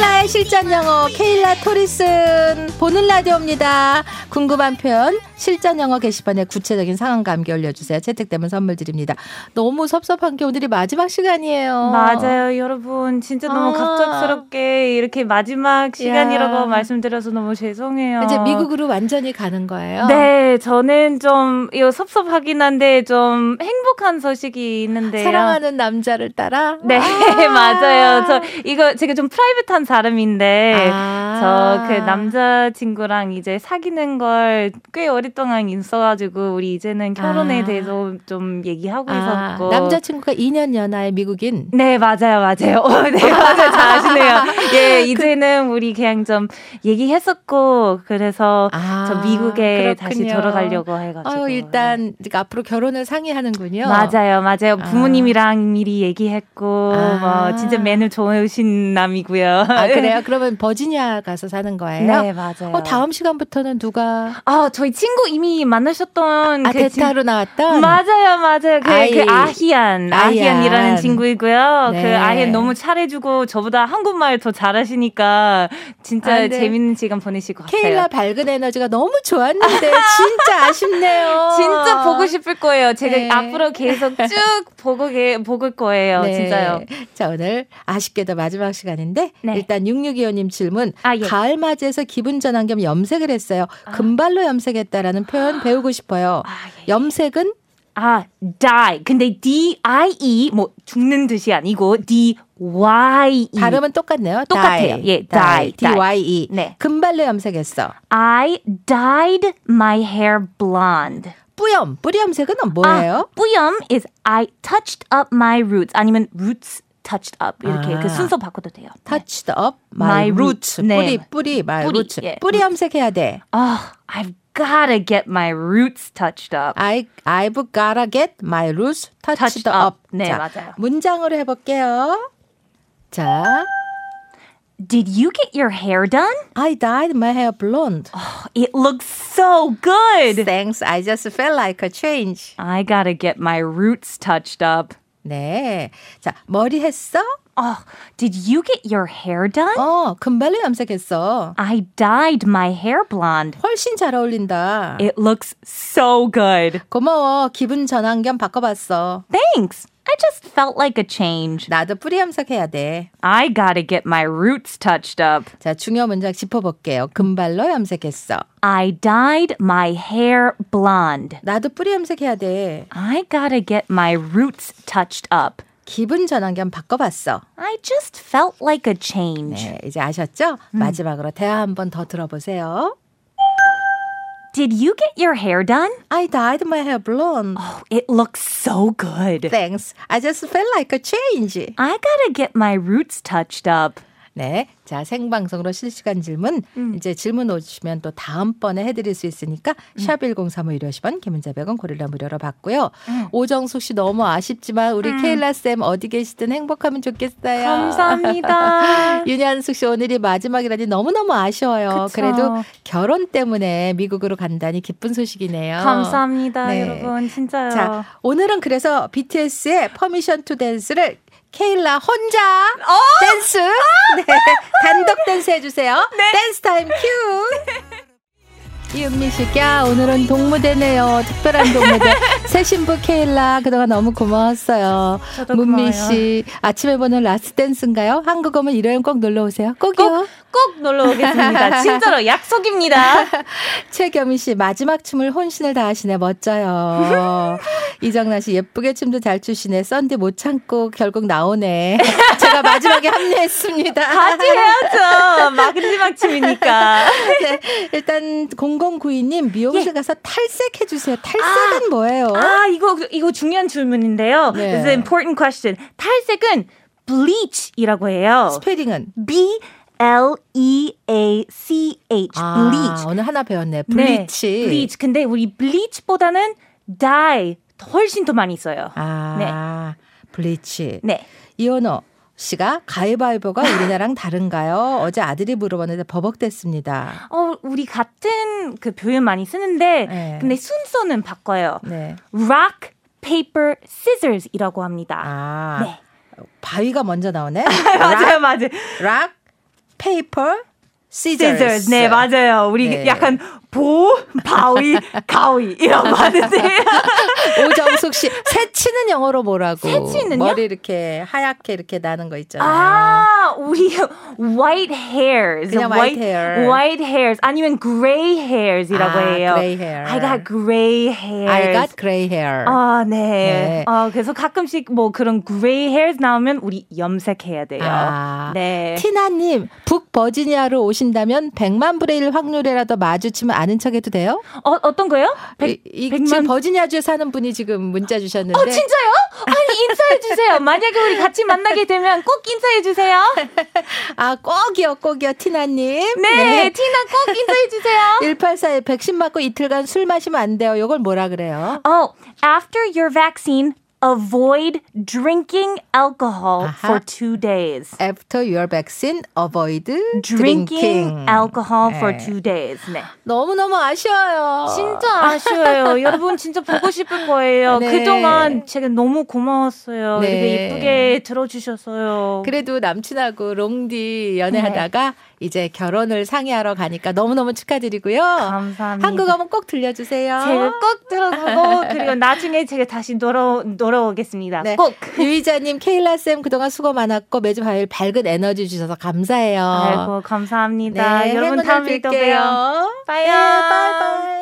나의 실전 영어 케일라 토리슨 보는 라디오입니다. 궁금한 표현 실전 영어 게시판에 구체적인 상황과 함께 올려주세요. 채택되면 선물 드립니다. 너무 섭섭한 게 오늘이 마지막 시간이에요. 맞아요, 여러분. 진짜 너무 아. 갑작스럽게 이렇게 마지막 야. 시간이라고 말씀드려서 너무 죄송해요. 이제 미국으로 완전히 가는 거예요. 네, 저는 좀 이거 섭섭하긴 한데 좀 행복한 소식이 있는데요. 사랑하는 남자를 따라. 네, 아. 맞아요. 저 이거 제가 좀 프라이빗한 사람인데 아. 저 그 남자 친구랑 이제 사귀는 걸 꽤 오랫동안 있어가지고 우리 이제는 결혼에 아. 대해서 좀 얘기하고 아, 있었고 남자친구가 2년 연하의 미국인. 네, 맞아요, 맞아요. 어, 네, 맞아요. 잘 아시네요. 그 예, 이제는 우리 그냥 좀 얘기했었고, 그래서 아, 저 미국에 다시 그렇군요. 돌아가려고 해가지고. 아유, 일단 이제 앞으로 결혼을 상의하는군요. 맞아요, 맞아요. 아. 부모님이랑 미리 얘기했고, 아. 뭐, 진짜 매너 좋으신 남이고요. 아, 그래요? 그러면 버지니아 가서 사는 거예요? 예. 네, 맞아요. 어, 다음 시간부터는 누가 아, 저희 친구 이미 만나셨던. 아, 그 친- 대타로 나왔던 맞아요, 맞아요. 음. 그, 아이. 그 아희안. 아희안, 아희안이라는 친구이고요. 네. 그 아희안 너무 잘해주고 저보다 한국말 더 잘하시니까 진짜 아, 네. 재밌는 시간 보내실 것 같아요. 케일라 밝은 에너지가 너무 좋았는데 진짜 아쉽네요. 진짜 보고 싶을 거예요. 제가 네. 앞으로 계속 쭉 보고 게, 보고 거예요. 네. 진짜요. 자, 오늘 아쉽게도 마지막 시간인데 네. 일단 6625님 질문. 아, 예. 가을 맞이해서 기분 전환 겸 염색을 했어요. 금발로 염색했다라는 표현 배우고 싶어요. 아, 예. 염색은 아, die. 근데 D I E 뭐 죽는 듯이 아니고 D Y E. 발음은 똑같네요. 똑같아요. dye. 예, dye. dye, D Y E. 네. 금발로 염색했어. I dyed my hair blonde. 뿌염, 뿌리 염색은 뭐예요? 아, 뿌염 is I touched up my roots 아니면 roots touched up 이렇게 아. 그 순서 바꿔도 돼요. 네. Touched up my, My roots. roots. 네. 뿌리, 뿌리, my 뿌리, roots. 예. 뿌리 염색해야 돼. 아, I've gotta get my roots touched up. I, I've gotta get my roots touched, Touched up. up. 네, 자, 맞아요. 문장으로 해볼게요. 자, Did you get your hair done? I dyed my hair blonde. 아, It looks so good. Thanks, I just felt like a change. I gotta get my roots touched up. 네. 자, 머리 했어? Oh, did you get your hair done? 어, 금발로 염색했어. I dyed my hair blonde. 훨씬 잘 어울린다. It looks so good. 고마워. 기분 전환 겸 바꿔봤어. Thanks. I just felt like a change. 나도 뿌리 염색해야 돼. I gotta get my roots touched up. 자, 중요 문장 짚어볼게요. 금발로 염색했어. I dyed my hair blonde. 나도 뿌리 염색해야 돼. I gotta get my roots touched up. 기분 전환 겸 바꿔봤어. I just felt like a change. 네, 이제 아셨죠? 마지막으로 대화 한 번 더 들어보세요. Did you get your hair done? I dyed my hair blonde. Oh, it looks so good. Thanks. I just felt like a change. I gotta get my roots touched up. 네. 자, 생방송으로 실시간 질문. 이제 질문 오시면 또 다음번에 해드릴 수 있으니까 샵1035 150원, 개문자 100원, 고릴라 무료로 받고요. 오정숙 씨 너무 아쉽지만 우리 케일라쌤 어디 계시든 행복하면 좋겠어요. 감사합니다. 윤현숙 씨 오늘이 마지막이라니 너무너무 아쉬워요. 아. 그쵸. 그래도 결혼 때문에 미국으로 간다니 기쁜 소식이네요. Oh, 감사합니다, 네. 여러분. 진짜요. 자, 오늘은 그래서 BTS의 퍼미션 투 댄스를 케일라 혼자 어? 댄스 아! 네, 단독 댄스 해주세요. 네. 댄스 타임 큐. 이은미 씨가 오늘은 동무대네요. 특별한 동무대. 새 신부 케일라 그동안 너무 고마웠어요. 저도 문미 고마워요. 씨 아침에 보는 라스 댄스인가요? 한국어면 일요일 꼭 놀러 오세요. 꼭이요. 꼭 놀러 오겠습니다. 진짜로 약속입니다. 최겸희 씨 마지막 춤을 혼신을 다하시네 멋져요. 이정나 씨 예쁘게 춤도 잘 추시네. 썬디 못 참고 결국 나오네. 제가 마지막에 합류했습니다. 같이 해야죠. 마지막 춤이니까. 네, 일단 0092님 미용실 가서 탈색해 주세요. 탈색은 뭐예요? 아, 이거 이거 중요한 질문인데요. 네. This is an important question. 탈색은 bleach이라고 아. 해요. 스페링은 B L E A C H 아, bleach. 오늘 하나 배웠네. 네, 블리치. bleach. 근데 우리 bleach보다는 dye 훨씬 더 많이 써요. 아, 블리치. 네. 이현호 씨가 가위바위보가 우리나라랑 다른가요? 어제 아들이 물어봤는데 버벅댔습니다. 어, 우리 같은 그 표현 많이 쓰는데 네. 근데 순서는 바꿔요. 네. rock paper scissors이라고 합니다. 아. 네. 바위가 먼저 나오네. 맞아요, 맞아요. 락, paper, scissors. scissors. 네, 맞아요. 우리 네. 약간 보, 바위, 가위 이런 거 하는데 오정숙 씨, 새치는 영어로 뭐라고? 새치는요? 머리 이렇게 하얗게 이렇게 나는 거 있잖아요. 아, 우리 white hairs. 그냥 white hair. white hairs 아니면 gray hairs이라고 아, 해요. gray hair. I got gray hairs. I got gray hair. 아, 네. 네. 어, 그래서 가끔씩 뭐 그런 gray hairs 나오면 우리 염색해야 돼요. 아, 네. 티나님, 북버지니아로 오신다면 100만 분의 1 확률이라도 마주치면 아는 척 해도 돼요? 어, 어떤 거요? 이, 이, 백만- 지금 버지니아주에 사는 분이 지금 문자 주셨는데. 어, 진짜요? 아니, 인사해주세요. 만약에 우리 같이 만나게 되면 꼭 인사해주세요. 아, 꼭이요, 꼭이요, 티나님. 네, 티나 꼭 인사해주세요. 1841 백신 맞고 이틀간 술 마시면 안 돼요. 요걸 뭐라 그래요? Oh, after your vaccine, avoid drinking alcohol 아하. for two days. After your vaccine, avoid Drinking, drinking. alcohol for 네. two days. 네. 너무너무 아쉬워요. 어. 진짜 아쉬워요. 여러분 진짜 보고 싶은 거예요. 네. 그동안 제가 너무 고마웠어요. 네. 이렇게 예쁘게 들어주셔서요. 그래도 남친하고 롱디 연애하다가 네. 이제 결혼을 상의하러 가니까 너무너무 축하드리고요. 감사합니다. 한국어면 꼭 들려주세요. 제가 꼭 들어가고 그리고 나중에 제가 다시 돌아 돌아오겠습니다. 네. 꼭. 유이자님, 케일라 쌤 그동안 수고 많았고 매주 화요일 밝은 에너지 주셔서 감사해요. 어. 아이고 감사합니다. 네, 여러분 행운을 다음에 또 빌게요. 봬요. 네, 빠이요. 빠이빠이.